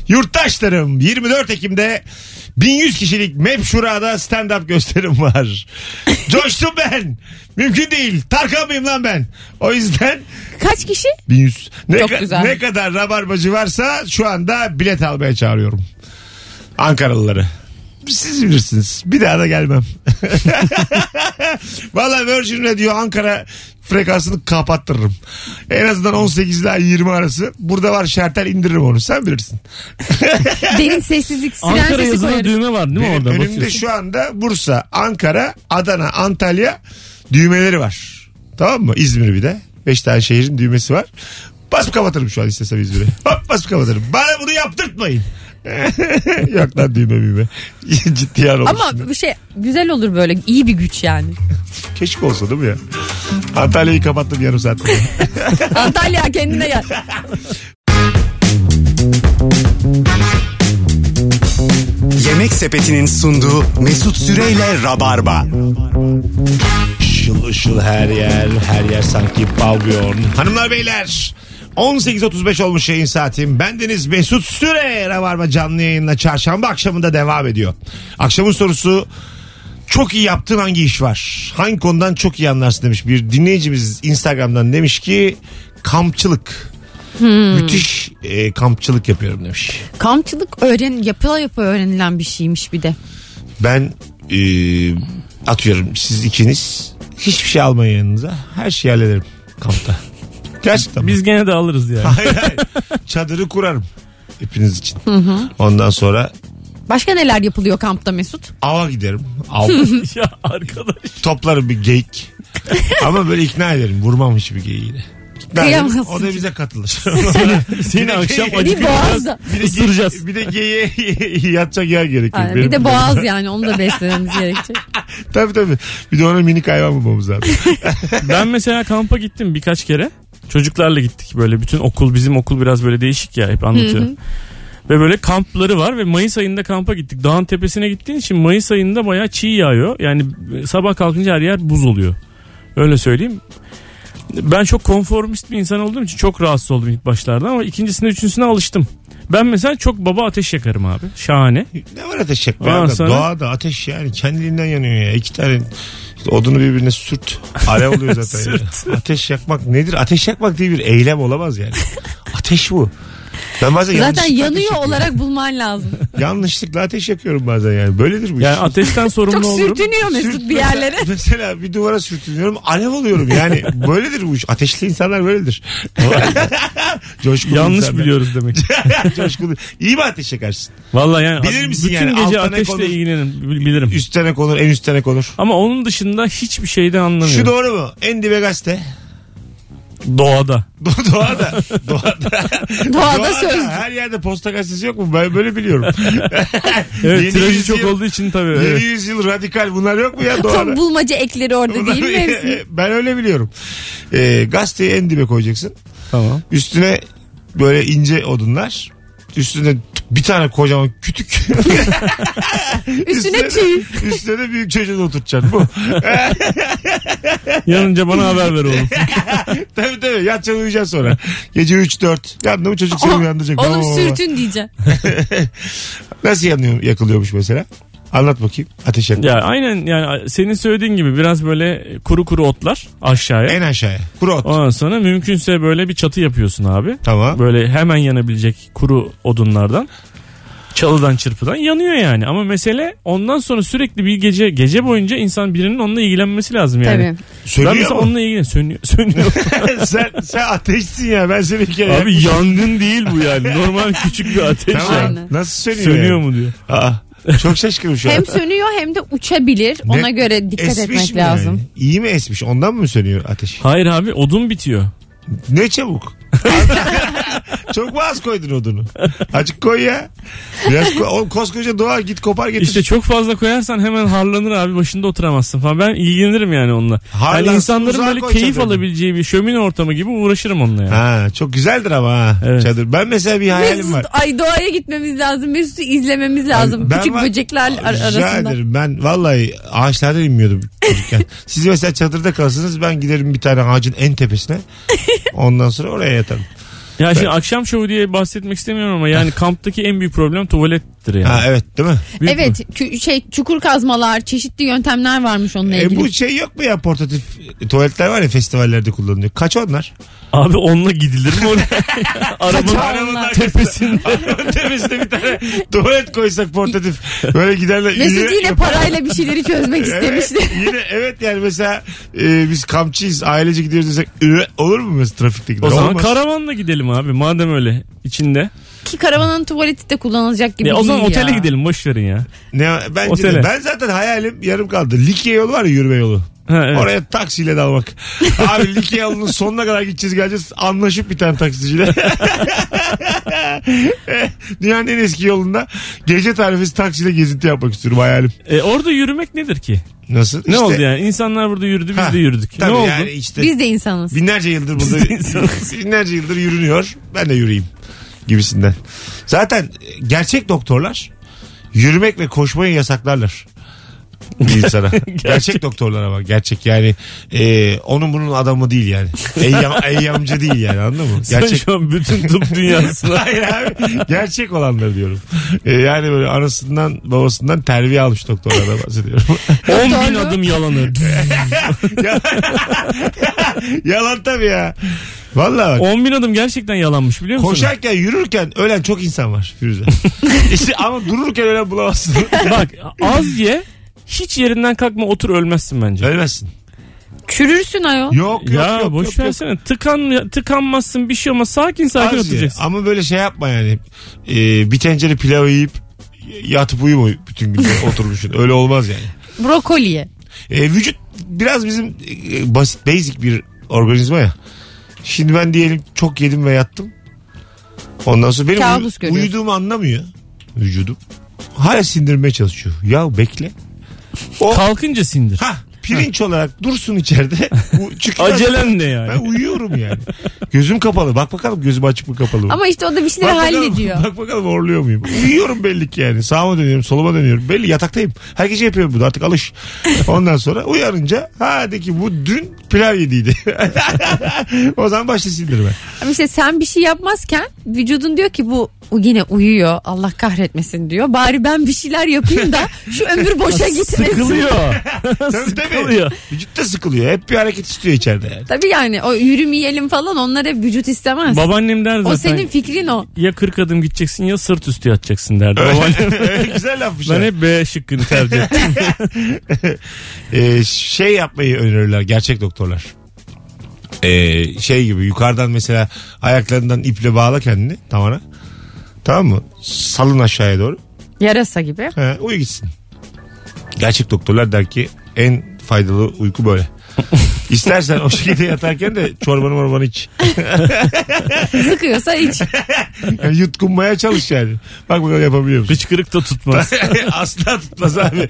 Yurttaşlarım 24 Ekim'de 1100 kişilik Mep Şura'da stand-up gösterim var.
*laughs*
Coştum ben. Mümkün değil. Tarkan mıyım lan ben? O yüzden *laughs*
Kaç kişi?
1100. Ne,
Çok
ka-
güzel.
ne kadar rabarbacı varsa şu anda bilet almaya çağırıyorum. Ankaralıları. Siz bilirsiniz. Bir daha da gelmem. *laughs* Valla Virgin Radio Ankara frekansını kapattırırım. En azından 18 ile 20 arası. Burada var şartel indiririm onu. Sen bilirsin.
Derin sessizlik, siren
Ankara
sesi
yazılı
koyarız.
düğme var değil mi
Benim
orada?
önümde
Bakıyorsun.
şu anda Bursa, Ankara, Adana, Antalya düğmeleri var. Tamam mı? İzmir bir de. Beş tane şehrin düğmesi var. Basıp kapatırım şu an istesem İzmir'i. *laughs* Hop basıp kapatırım. Bana bunu yaptırtmayın. *laughs* Yok lan düğme düğme. *laughs* Ciddi yan olmuş.
Ama bir şey güzel olur böyle iyi bir
*laughs*
güç yani.
Keşke olsa değil mi ya? Antalya'yı kapattım yarım saat. sonra.
Antalya kendine gel.
Yemek Sepeti'nin sunduğu Mesut Süreyle Rabarba.
Işıl ışıl her yer. Her yer sanki pavyon. Hanımlar beyler 18.35 olmuş yayın saatim. Bendeniz Mesut Süre. Rabarba canlı yayınla çarşamba akşamında devam ediyor. Akşamın sorusu çok iyi yaptığın hangi iş var? Hangi konudan çok iyi anlarsın demiş. Bir dinleyicimiz Instagram'dan demiş ki kampçılık. Müthiş e, kampçılık yapıyorum demiş.
Kampçılık öğren yapıla yapı öğrenilen bir şeymiş bir de.
Ben e, atıyorum siz ikiniz hiçbir şey almayın yanınıza. Her şeyi hallederim kampta.
*laughs*
Gerçekten.
Biz gene de alırız yani.
Hayır hayır. Çadırı kurarım. Hepiniz için. Ondan sonra
Başka neler yapılıyor kampta Mesut?
ava giderim.
*laughs*
Av.
*laughs* ya arkadaş.
Toplarım bir geyik. Ama böyle ikna ederim. Vurmam hiçbir geyiğini. İkna ederim.
Kıyamazsın.
O da bize
*laughs*
katılır.
Seni akşam
Bir şey-
Bir
acıkacağız.
boğazda.
bir de,
Isıracağız.
ge- bir de geyiğe *laughs* yatacak yer gerekiyor.
Aynen,
Benim-
bir
*laughs*
de boğaz yani onu da beslememiz gerekecek.
Tabii tabii. Bir de ona minik hayvan bulmamız lazım.
Ben mesela kampa gittim birkaç kere. Çocuklarla gittik böyle bütün okul bizim okul biraz böyle değişik ya hep anlatıyorum. Ve böyle kampları var ve Mayıs ayında kampa gittik. Dağın tepesine gittiğin için Mayıs ayında bayağı çiğ yağıyor. Yani sabah kalkınca her yer buz oluyor. Öyle söyleyeyim. Ben çok konformist bir insan olduğum için çok rahatsız oldum ilk başlarda ama ikincisine üçüncüsüne alıştım. Ben mesela çok baba ateş yakarım abi. Şahane.
ne var ateş yakma?
Aa,
ya?
sana-
Doğada ateş yani kendiliğinden yanıyor ya. İki tane işte odunu birbirine sürt. Alev oluyor zaten.
*laughs* Sürt.
ya. Ateş yakmak nedir? Ateş yakmak diye bir eylem olamaz yani. Ateş bu. Ben bazen *laughs*
Zaten
yanlışlıkla ateş
yanıyor
yakıyorum.
olarak bulman lazım.
Yanlışlıkla ateş yakıyorum bazen yani. Böyledir bu iş.
Yani
*laughs*
ateşten sorumlu
Çok
olurum.
sürtünüyor Mesut
Sürt-
bir yerlere.
Mesela, *laughs* mesela bir duvara sürtünüyorum alev oluyorum yani böyledir bu iş ateşli insanlar böyledir *laughs* Coşkulu
Yanlış
insanlar.
biliyoruz demek.
*laughs* Coşkulu iyi mi ateş yakarsın
Vallahi yani
Bilir misin
bütün
yani?
gece
Altına
ateşle
konur.
ilgilenirim bil- bilirim.
üstene konur en üstene konur
Ama onun dışında hiçbir şeyden anlamıyorum.
şu doğru mu en dibe gazete
Doğada.
*laughs* Do- doğada doğada
Doğada söz.
her yerde posta gazetesi yok mu ben böyle
*laughs*
biliyorum Yeni
Evet tirajı
yüzyıl-
çok olduğu için tabii.
yeni
evet.
yüzyıl radikal bunlar yok mu ya *laughs* doğada
*laughs* Tam bulmaca ekleri orada değil
*laughs*
mi hepsi?
ben öyle biliyorum ee, gazeteyi en dibe koyacaksın
Tamam.
Üstüne böyle ince odunlar. Üstüne t- bir tane kocaman
*laughs*
kütük.
Üstüne çiğ.
*laughs* Üstüne de büyük çocuğu da oturtacaksın.
*laughs*
Bu.
Yanınca bana haber
*laughs*
ver oğlum.
tabii tabii. Yatacaksın uyuyacaksın sonra. Gece 3-4. Yandı mı çocuk seni
Aha,
uyandıracak. Baba, baba,
Oh, Oğlum
baba.
sürtün diyeceğim.
Nasıl yanıyor, yakılıyormuş mesela? Anlat bakayım. Ateş yak.
ya aynen yani senin söylediğin gibi biraz böyle kuru kuru otlar aşağıya.
En aşağıya. Kuru ot.
Ondan sonra mümkünse böyle bir çatı yapıyorsun abi.
Tamam.
Böyle hemen yanabilecek kuru odunlardan. Çalıdan çırpıdan yanıyor yani. Ama mesele ondan sonra sürekli bir gece gece boyunca insan birinin onunla ilgilenmesi lazım yani.
Tabii.
Ben
Sönüyor
mesela
mu?
onunla ilgileniyorum. Sönüyor.
*laughs*
sönüyor.
sen, sen ateşsin ya. Ben seni bir kere
Abi
yakmışım.
yangın değil bu yani. Normal küçük bir ateş.
Tamam.
yani.
Aynen.
Nasıl sönüyor?
Sönüyor
yani?
mu diyor.
Aa, çok şaşkınım şu an.
Hem sönüyor hem de uçabilir.
Ne-
Ona göre dikkat
Esmiş
etmek
mi yani?
lazım.
İyi mi esmiş? Ondan mı sönüyor ateş?
Hayır abi odun bitiyor.
Ne çabuk. *laughs* Çok mu az koydun odunu? Azıcık koy ya. Biraz koy. Oğlum koskoca doğa git kopar getir.
İşte çok fazla koyarsan hemen harlanır abi başında oturamazsın falan. Ben ilgilenirim yani onunla.
Harlansın,
yani insanların
uzağa
böyle
koy
keyif
çadırını.
alabileceği bir şömine ortamı gibi uğraşırım onunla yani.
Ha, çok güzeldir ama ha
Evet.
çadır. Ben mesela bir hayalim var.
Mesut, ay doğaya gitmemiz lazım. Mesut'u izlememiz lazım.
Ben
Küçük
var-
böcekler ar-
Rica
arasında.
ederim. Ben vallahi ağaçlarda inmiyordum
*laughs*
çocukken. Siz mesela çadırda kalsınız ben giderim bir tane ağacın en
*laughs*
tepesine. Ondan sonra oraya yatarım.
Ya şimdi akşam şovu diye bahsetmek istemiyorum ama yani kamptaki en büyük problem tuvalettir yani.
Ha, evet değil mi?
Büyük mü?
Evet kü- şey çukur kazmalar çeşitli yöntemler varmış onunla
E,
ilgili.
bu şey yok mu ya portatif tuvaletler var ya festivallerde kullanılıyor. Kaç
*laughs*
onlar?
Abi onunla gidilir
*laughs*
mi oraya? Arabanın
Arabanın
tepesinde.
Arabanın tepesine bir tane tuvalet koysak portatif. Böyle giderler.
Mesut
*laughs*
yine
yapar.
parayla bir şeyleri çözmek istemişti. *laughs*
*laughs* Yine evet yani mesela e, biz kampçıyız ailece gidiyoruz desek "Üve," olur mu mesela trafikte gider?
O zaman
Olmaz.
karavanla gidelim abi madem öyle içinde.
Ki karavanın tuvaleti de kullanılacak gibi
Ya o zaman
değil
otele
ya.
gidelim boş verin ya.
Ne, bence de.
Otele.
ben zaten hayalim yarım kaldı. Likya yolu var ya yürüme yolu.
Ha, evet.
Oraya taksiyle
*laughs*
dalmak. Abi Likya yolunun sonuna kadar gideceğiz geleceğiz. Anlaşıp bir tane taksiciyle. *laughs* Dünyanın en eski yolunda gece tarifesi taksiyle gezinti yapmak istiyorum hayalim.
E, orada yürümek nedir ki?
Nasıl?
Ne oldu yani? İnsanlar burada yürüdü biz de yürüdük. Ne oldu?
Yani işte
Biz de insanız.
binlerce yıldır
*laughs*
burada binlerce yıldır yürünüyor. Ben de yürüyeyim gibisinden. Zaten e, gerçek doktorlar yürümek ve koşmayı yasaklarlar.
*laughs*
İnsana. gerçek. gerçek doktorlar ama gerçek yani e, onun bunun adamı değil yani.
*laughs*
Eyyam, eyyamcı değil yani anladın mı?
Sen
Gerçek
şu an bütün *laughs* tıp
*laughs*
dünyasına
Hayır abi. Gerçek olanları diyorum. E, yani böyle anasından babasından terbiye almış doktorlardan bahsediyorum. *laughs*
10 bin
Doğru.
adım yalanı.
Yalan tabii ya. Vallahi bak.
10 bin adım gerçekten yalanmış biliyor musun?
Koşarken yürürken ölen çok insan var Firuze. işte ama dururken ölen bulamazsın.
Bak az ye hiç yerinden kalkma otur ölmezsin bence.
Ölmezsin.
Çürürsün ayol.
Yok yok
ya
yok.
boş
yok, yok.
versene. Tıkan, tıkanmazsın bir şey olmaz. Sakin
Az
sakin
ye.
oturacaksın.
Ama böyle şey yapma yani. Ee, bir tencere pilav yiyip yatıp uyuma bütün gün böyle oturmuşsun. Öyle olmaz yani.
Brokoliye.
Ee, vücut biraz bizim e, basit basic bir organizma ya. Şimdi ben diyelim çok yedim ve yattım. Ondan sonra benim
Kabus
uyu-
görüyorsun.
uyuduğumu anlamıyor vücudum. Hala sindirmeye çalışıyor. Ya bekle. O
Kalkınca sindir.
Ha pirinç olarak dursun içeride. Bu-
*laughs*
Çünkü ben-
Acelen ne
Ben
yani?
uyuyorum yani. Gözüm kapalı. Bak bakalım gözüm açık mı kapalı mı?
Ama işte o da bir şeyleri
Bak bakalım-
hallediyor.
Bak bakalım horluyor muyum? Uyuyorum belli ki yani. Sağıma dönüyorum, soluma dönüyorum. Belli yataktayım. Her gece yapıyorum bunu artık
*laughs*
alış. Ondan sonra uyanınca ha de ki bu dün pilav yediydi. *laughs* o zaman başla sindirme.
Ama işte sen bir şey yapmazken vücudun diyor ki bu bu yine uyuyor Allah kahretmesin diyor. Bari ben bir şeyler yapayım
*laughs*
da şu ömür boşa gitmesin.
Sıkılıyor. *laughs*
Tabii tabii.
Sıkılıyor.
Vücut da sıkılıyor. Hep bir hareket istiyor içeride yani.
Tabii yani o yürümeyelim falan onlar hep vücut istemez.
Babaannem der zaten.
o senin fikrin o.
Ya 40 adım gideceksin ya sırt üstü yatacaksın derdi. Babaannem.
Öyle *laughs* güzel lafmış.
ben
ha.
hep B şıkkını tercih ettim.
Ee, şey yapmayı önerirler gerçek doktorlar. Ee, şey gibi yukarıdan mesela ayaklarından iple bağla kendini tavana. Tamam mı? Salın aşağıya doğru.
Yarasa gibi.
He, uyu gitsin. Gerçek doktorlar der ki en faydalı uyku
*laughs*
böyle. İstersen o şekilde yatarken de çorbanı morbanı iç.
Sıkıyorsa iç.
Yani yutkunmaya çalış yani. Bak bakalım yapabiliyor musun?
Hıçkırık da
*laughs*
tutmaz.
Asla tutmaz abi. *laughs*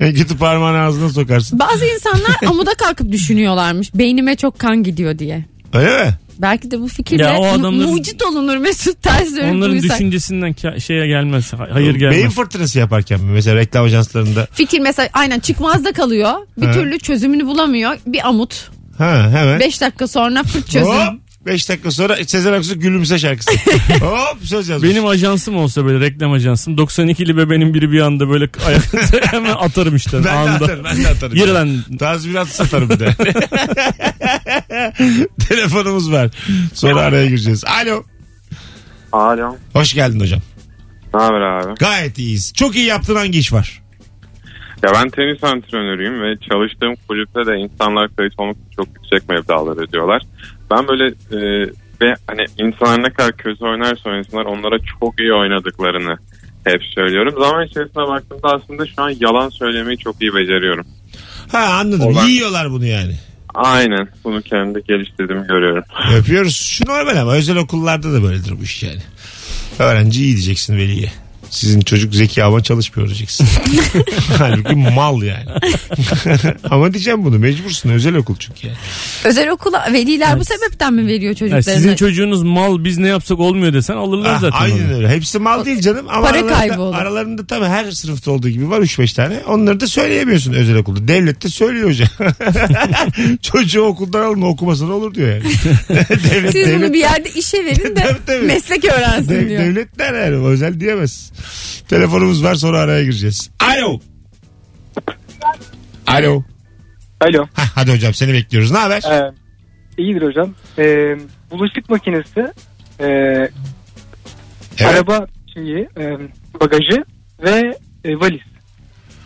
en kötü parmağını ağzına sokarsın.
Bazı
*laughs*
insanlar amuda kalkıp düşünüyorlarmış. Beynime çok kan gidiyor diye.
Öyle mi?
Belki de bu fikirle
Ya o adamların-
mu- mucit olunur Mesut ters dönüp
Onların
uyusak.
düşüncesinden ka- şeye gelmez. ha- Hayır gelmez.
Beyin fırtınası yaparken mi? Mesela reklam ajanslarında.
Fikir mesela aynen çıkmazda kalıyor. Bir
He.
türlü çözümünü bulamıyor. Bir amut.
Ha hemen.
5 dakika sonra fırt çözüm.
Hop. 5 dakika sonra Sezen Aksu gülümse şarkısı. Hop söz yazmış.
Benim ajansım olsa böyle reklam ajansım 92'li bebenin biri bir anda böyle *laughs* ayakta hemen atarım işte
ben de
anda.
atarım. Ben de atarım.
Yürü lan.
Tazminat satarım bir de. *laughs* Telefonumuz var. Sonra araya gireceğiz. Alo.
Alo.
Hoş geldin hocam.
Ne haber abi?
Gayet iyiyiz. Çok iyi yaptığın hangi iş var?
Ya ben tenis antrenörüyüm ve çalıştığım kulüpte de insanlar kayıt olmak için çok yüksek mevdalar ödüyorlar. Ben böyle e, ve hani insanlar ne kadar kötü oynarsa oynasınlar onlara çok iyi oynadıklarını hep söylüyorum. Zaman içerisine baktığımda aslında şu an yalan söylemeyi çok iyi beceriyorum.
Ha anladım.
Olan.
Yiyorlar bunu yani.
Aynen bunu kendi geliştirdiğimi görüyorum.
Öpüyoruz. Şu normal ama özel okullarda da böyledir bu iş yani. Öğrenci iyi diyeceksin veliye. Sizin çocuk zeki ama çalışmıyor
*laughs*
diyeceksin. Halbuki mal yani. ama diyeceğim bunu mecbursun özel okul çünkü yani.
Özel okula veliler bu sebepten mi veriyor
Ya
çocuklarını?
sizin çocuğunuz mal biz ne yapsak olmuyor desen alırlar
Ah,
zaten.
aynen
onu.
öyle. Hepsi mal değil canım. Ama
Para
aralarında,
kaybı olur.
Aralarında tabii her sınıfta olduğu gibi var 3-5 tane. Onları da söyleyemiyorsun özel okulda. Devlette söylüyor
*laughs*
hoca. *laughs* Çocuğu okuldan alma okumasa da olur diyor
*laughs*
yani. devlet,
Siz bunu
devlet,
bir yerde işe verin de
*laughs* Tabii, tabii.
meslek öğrensin
dev-
diyor.
devlet der yani. Özel diyemez. Telefonumuz var sonra araya gireceğiz. Alo. Alo.
Alo.
Hah, hadi hocam seni bekliyoruz. Ne haber?
Ee, iyidir hocam. Ee, bulaşık makinesi, e,
Evet.
araba şeyi, e, bagajı ve e, valiz.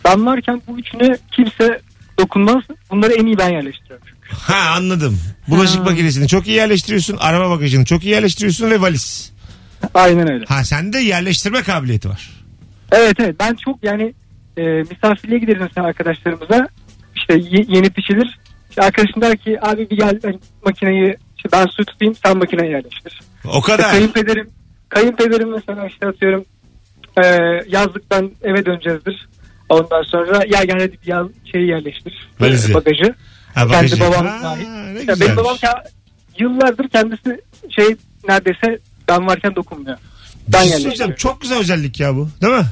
Ben varken bu üçüne kimse dokunmaz. Bunları en iyi ben yerleştiriyorum. çünkü.
Ha anladım. Bulaşık makinesini çok iyi yerleştiriyorsun. Araba bagajını çok iyi yerleştiriyorsun ve valiz.
Aynen öyle.
Ha sende yerleştirme kabiliyeti var.
Evet evet ben çok yani e, misafirliğe gideriz mesela arkadaşlarımıza işte ye- yeni pişilir. İşte arkadaşım der ki abi bir gel ben makineyi işte ben suyu tutayım sen makineyi yerleştir.
O
İşte
kadar.
kayınpederim, kayınpederim mesela işte atıyorum e, yazlıktan eve döneceğizdir. Ondan sonra ya gel hadi bir yaz, şeyi yerleştir. E,
Valizi.
Bagajı.
Ha,
Kendi
bagajı.
babam
Ha,
dahil.
ne
Ya
güzelmiş.
benim babam ka- yıllardır kendisi şey neredeyse ben varken dokunmuyor.
Bir
ben
şey
yerleştiriyorum.
söyleyeceğim. Çok güzel özellik ya bu. Değil mi?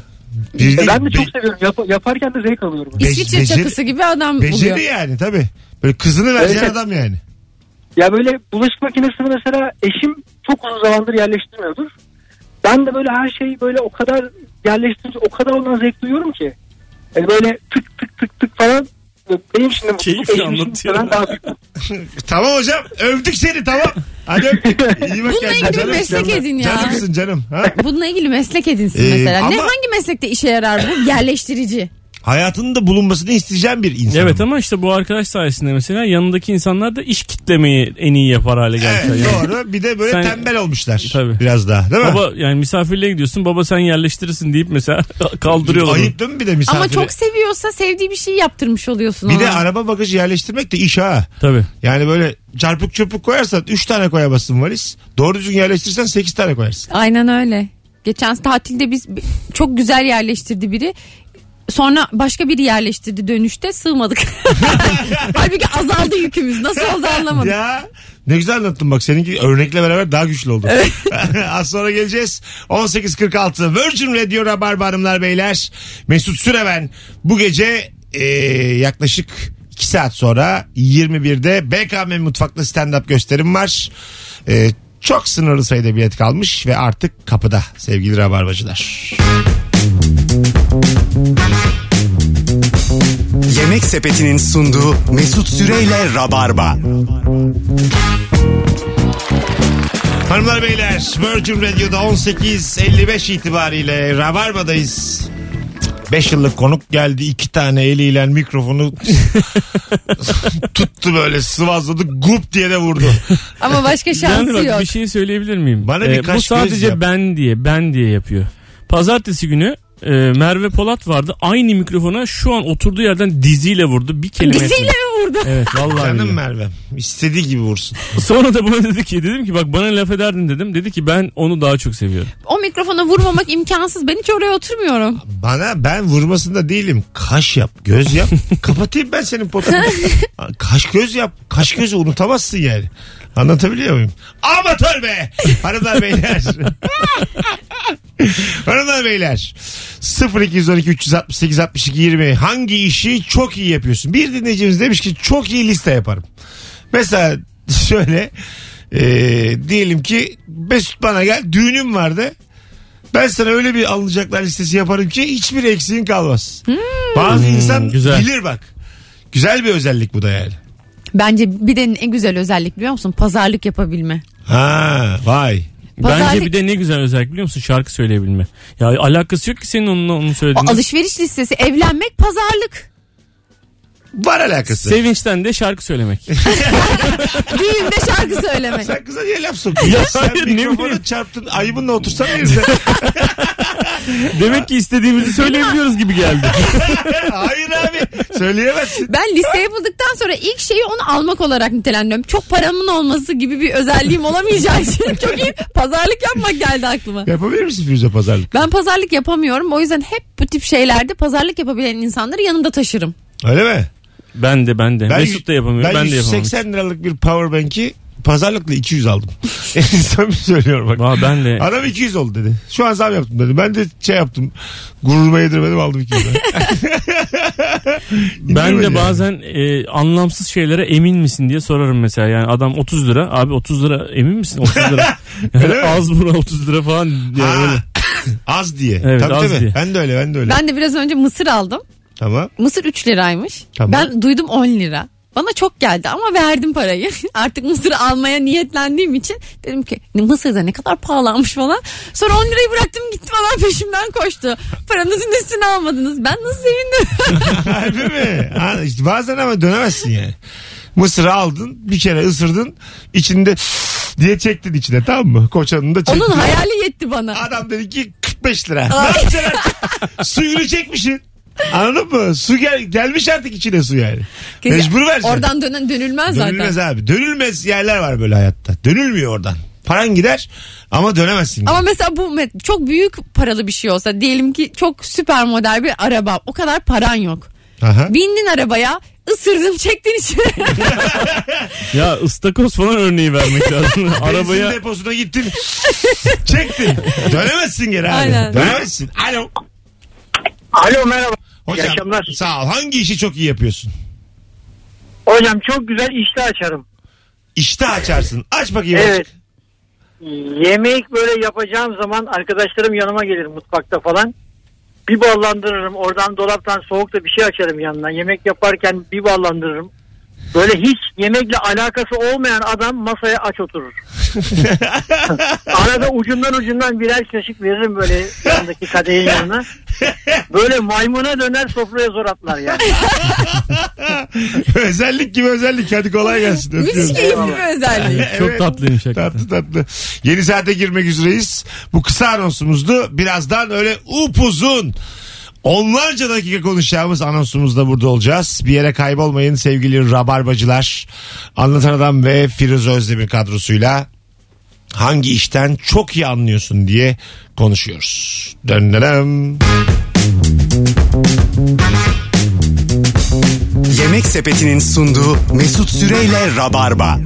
Bir
E,
değil,
ben de çok
be-
seviyorum. Yap- yaparken de zevk alıyorum.
Be-
İsviçre
beceri-
çakısı gibi adam
beceri
buluyor.
yani tabii. Böyle kızını vereceğin
Evet.
adam yani.
Ya böyle bulaşık makinesini mesela eşim çok uzun zamandır yerleştirmiyordur. Ben de böyle her şeyi böyle o kadar yerleştirince o kadar ondan zevk duyuyorum ki. Yani böyle tık tık tık tık falan benim için de mutluluk
Keyifle
eşim için
anlatıyor.
muhtemelen daha büyük.
Tamam hocam. Övdük seni tamam. Hadi öptük. İyi bak
Bununla
kendine
ilgili bir meslek edin ya.
Canımsın canım. Ha?
Bununla ilgili meslek edinsin
Ee,
mesela. Ne
ama-
hangi meslekte işe yarar bu? Yerleştirici.
Hayatında bulunmasını isteyeceğim bir insan.
Evet ama işte bu arkadaş sayesinde mesela yanındaki insanlar da iş kitlemeyi en iyi yapar hale
Evet,
geldiler. yani.
doğru. Bir de böyle
Sen-
tembel olmuşlar.
Tabii.
Biraz daha değil mi?
Baba yani misafirliğe gidiyorsun baba sen yerleştirirsin deyip mesela *laughs* kaldırıyorlar. onu.
Ayıp değil mi bir de misafire?
Ama çok seviyorsa sevdiği bir şey yaptırmış oluyorsun
bir
ona.
de araba bagajı yerleştirmek de iş ha.
Tabii.
Yani böyle çarpık çırpık koyarsan 3 tane koyamazsın valiz. Doğru düzgün yerleştirirsen 8 tane koyarsın.
Aynen öyle. Geçen tatilde biz çok güzel yerleştirdi biri. Sonra başka biri yerleştirdi
*laughs*
dönüşte sığmadık. Halbuki azaldı yükümüz. Nasıl oldu anlamadım.
Ya ne güzel anlattın bak seninki örnekle beraber daha güçlü oldu. *laughs* Az sonra geleceğiz. 18.46 Virgin Radio Rabarba Hanımlar Beyler. Mesut Süreven bu gece e, yaklaşık 2 saat sonra 21'de BKM Mutfak'ta stand-up gösterim var. E, çok sınırlı sayıda bilet kalmış ve artık kapıda sevgili Rabarbacılar.
Yemek Sepeti'nin sunduğu Mesut Süreyle Rabarba.
Hanımlar beyler Virgin Radio'da 18.55 itibariyle Rabarba'dayız. 5 yıllık konuk geldi. iki tane eliyle mikrofonu *laughs* tuttu böyle sıvazladı. Gup diye de vurdu.
Ama başka
Yani
şansı
bak
yok.
bir şey söyleyebilir miyim?
Bana bir kaş
bu
göz
sadece
yap.
ben diye ben diye yapıyor. Pazartesi günü e, Merve Polat vardı. Aynı mikrofona şu an oturduğu yerden diziyle vurdu. Bir kelime
Diziyle
etmedi.
mi vurdu?
Evet vallahi.
Canım
billahi.
Merve'm. istediği gibi vursun.
Sonra da bana dedi ki dedim ki bak bana laf ederdin dedim. Dedi ki ben onu daha çok seviyorum.
O mikrofona vurmamak imkansız. Ben hiç oraya oturmuyorum.
Bana ben vurmasında değilim. Kaş yap, göz yap. Kapatayım ben senin potanı. Kaş göz yap. Kaş gözü unutamazsın yani. Anlatabiliyor muyum? Amatör be! Hanımlar beyler. Hanımlar beyler. 0212 368 62 20 hangi işi çok iyi yapıyorsun? Bir dinleyicimiz demiş ki çok iyi liste yaparım. Mesela *laughs* şöyle e, diyelim ki Mesut bana gel düğünüm vardı. Ben sana öyle bir alınacaklar listesi yaparım ki hiçbir eksiğin kalmaz. Bazı insan
Hmm, güzel.
bilir bak. Güzel bir özellik bu da yani.
Bence bir de en güzel özellik biliyor musun? Pazarlık yapabilme.
Ha vay.
Bence
Pazartesi-
bir de ne güzel özellik biliyor musun? Şarkı söyleyebilme. Ya alakası yok ki senin onunla onu
O
söylediğin.
alışveriş listesi, evlenmek, pazarlık.
Var alakası.
Sevinçten de
*laughs*
şarkı söylemek.
Düğünde şarkı söyleme.
sen kıza niye laf sokuyorsun?
Ya
sen
hayır, ne
mikrofona
bileyim.
çarptın ayıbınla otursan yerine.
Demek ki istediğimizi söyleyebiliyoruz
*laughs*
gibi geldi.
Hayır abi söyleyemezsin.
Ben listeyi bulduktan sonra ilk şeyi onu almak olarak nitelendiriyorum. Çok paramın olması gibi bir özelliğim olamayacağı için *laughs* çok iyi pazarlık yapmak geldi aklıma.
Yapabilir misin Firuze pazarlık?
Ben pazarlık yapamıyorum. O yüzden hep bu tip şeylerde pazarlık yapabilen insanları yanımda taşırım.
Öyle mi?
Ben de ben de.
Ben
Mesut da yapamıyor. Ben, de yapamam.
180 liralık bir power bank'i pazarlıkla 200 aldım. *laughs* Samimi söylüyorum bak.
Aa, ben de.
Adam 200 oldu dedi. Şu an zam yaptım dedi. Ben de şey yaptım. Gururuma yedirmedim aldım
*laughs*
200 lira.
Ben
İndirmedi
de
yani.
bazen e, anlamsız şeylere emin misin diye sorarım mesela. Yani adam 30 lira. Abi 30 lira emin misin? 30
*laughs*
lira. Yani
Öyle mi?
az buna 30 lira falan. diye
Ha, *coughs*
öyle.
az diye.
Evet,
tabii,
az
tabii.
diye.
Ben de öyle ben de öyle.
Ben de biraz önce mısır aldım.
Tamam.
Mısır 3 liraymış.
Tamam.
Ben duydum 10 lira. Bana çok geldi ama verdim parayı. *laughs* Artık mısır almaya niyetlendiğim için dedim ki mısırda ne kadar pahalanmış falan. Sonra 10 lirayı bıraktım gitti falan peşimden koştu. Paranızın üstüne almadınız. Ben nasıl sevindim. *laughs*
Harbi mi? Ha, işte bazen ama dönemezsin yani. Mısır'ı aldın bir kere ısırdın içinde diye çektin içine tamam mı? Koçanın da çektin.
Onun hayali yetti bana.
Adam dedi ki 45 lira. Ne yapacaksın artık? Suyunu çekmişsin. Anladın mı? Su gel, gelmiş artık içine su yani. Mecbur versin.
Oradan dönen dönülmez, zaten.
Dönülmez abi. Dönülmez yerler var böyle hayatta. Dönülmüyor oradan. Paran gider ama dönemezsin.
Ama mesela bu met- çok büyük paralı bir şey olsa diyelim ki çok süper model bir araba o kadar paran yok.
Aha.
Bindin arabaya ısırdın çektin içine.
Ya ıstakoz falan örneği vermek lazım.
Arabaya... *laughs*
Arabaya
Benzin deposuna gittin.
*laughs*
çektin. Dönemezsin geri abi.
Aynen.
Dönemezsin. Alo.
Alo merhaba.
Hocam
İyi akşamlar.
sağ ol. Hangi işi çok iyi yapıyorsun?
Hocam çok güzel işte açarım.
İşte açarsın. Aç bakayım.
Evet.
azıcık.
Yemek böyle yapacağım zaman arkadaşlarım yanıma gelir mutfakta falan. Bir ballandırırım. Oradan dolaptan soğuk da bir şey açarım yanına. Yemek yaparken bir ballandırırım. Böyle hiç yemekle alakası olmayan adam masaya aç oturur. Arada ucundan ucundan birer kaşık veririm böyle yanındaki kadehin yanına. Böyle maymuna döner sofraya zor atlar yani.
*laughs* özellik gibi özellik. Hadi kolay gelsin. Öpüyorum.
Müthiş keyifli bir özelliği.
çok tatlıymış hakikaten.
Tatlı tatlı. Yeni saate girmek üzereyiz. Bu kısa anonsumuzdu. Birazdan öyle upuzun onlarca dakika konuşacağımız anonsumuzda burada olacağız. Bir yere kaybolmayın sevgili rabarbacılar. Anlatan Adam ve Firuz Özdemir kadrosuyla hangi işten çok iyi anlıyorsun diye konuşuyoruz. Döndürem.
Yemek Sepeti'nin sunduğu Mesut Süreyle Rabarba.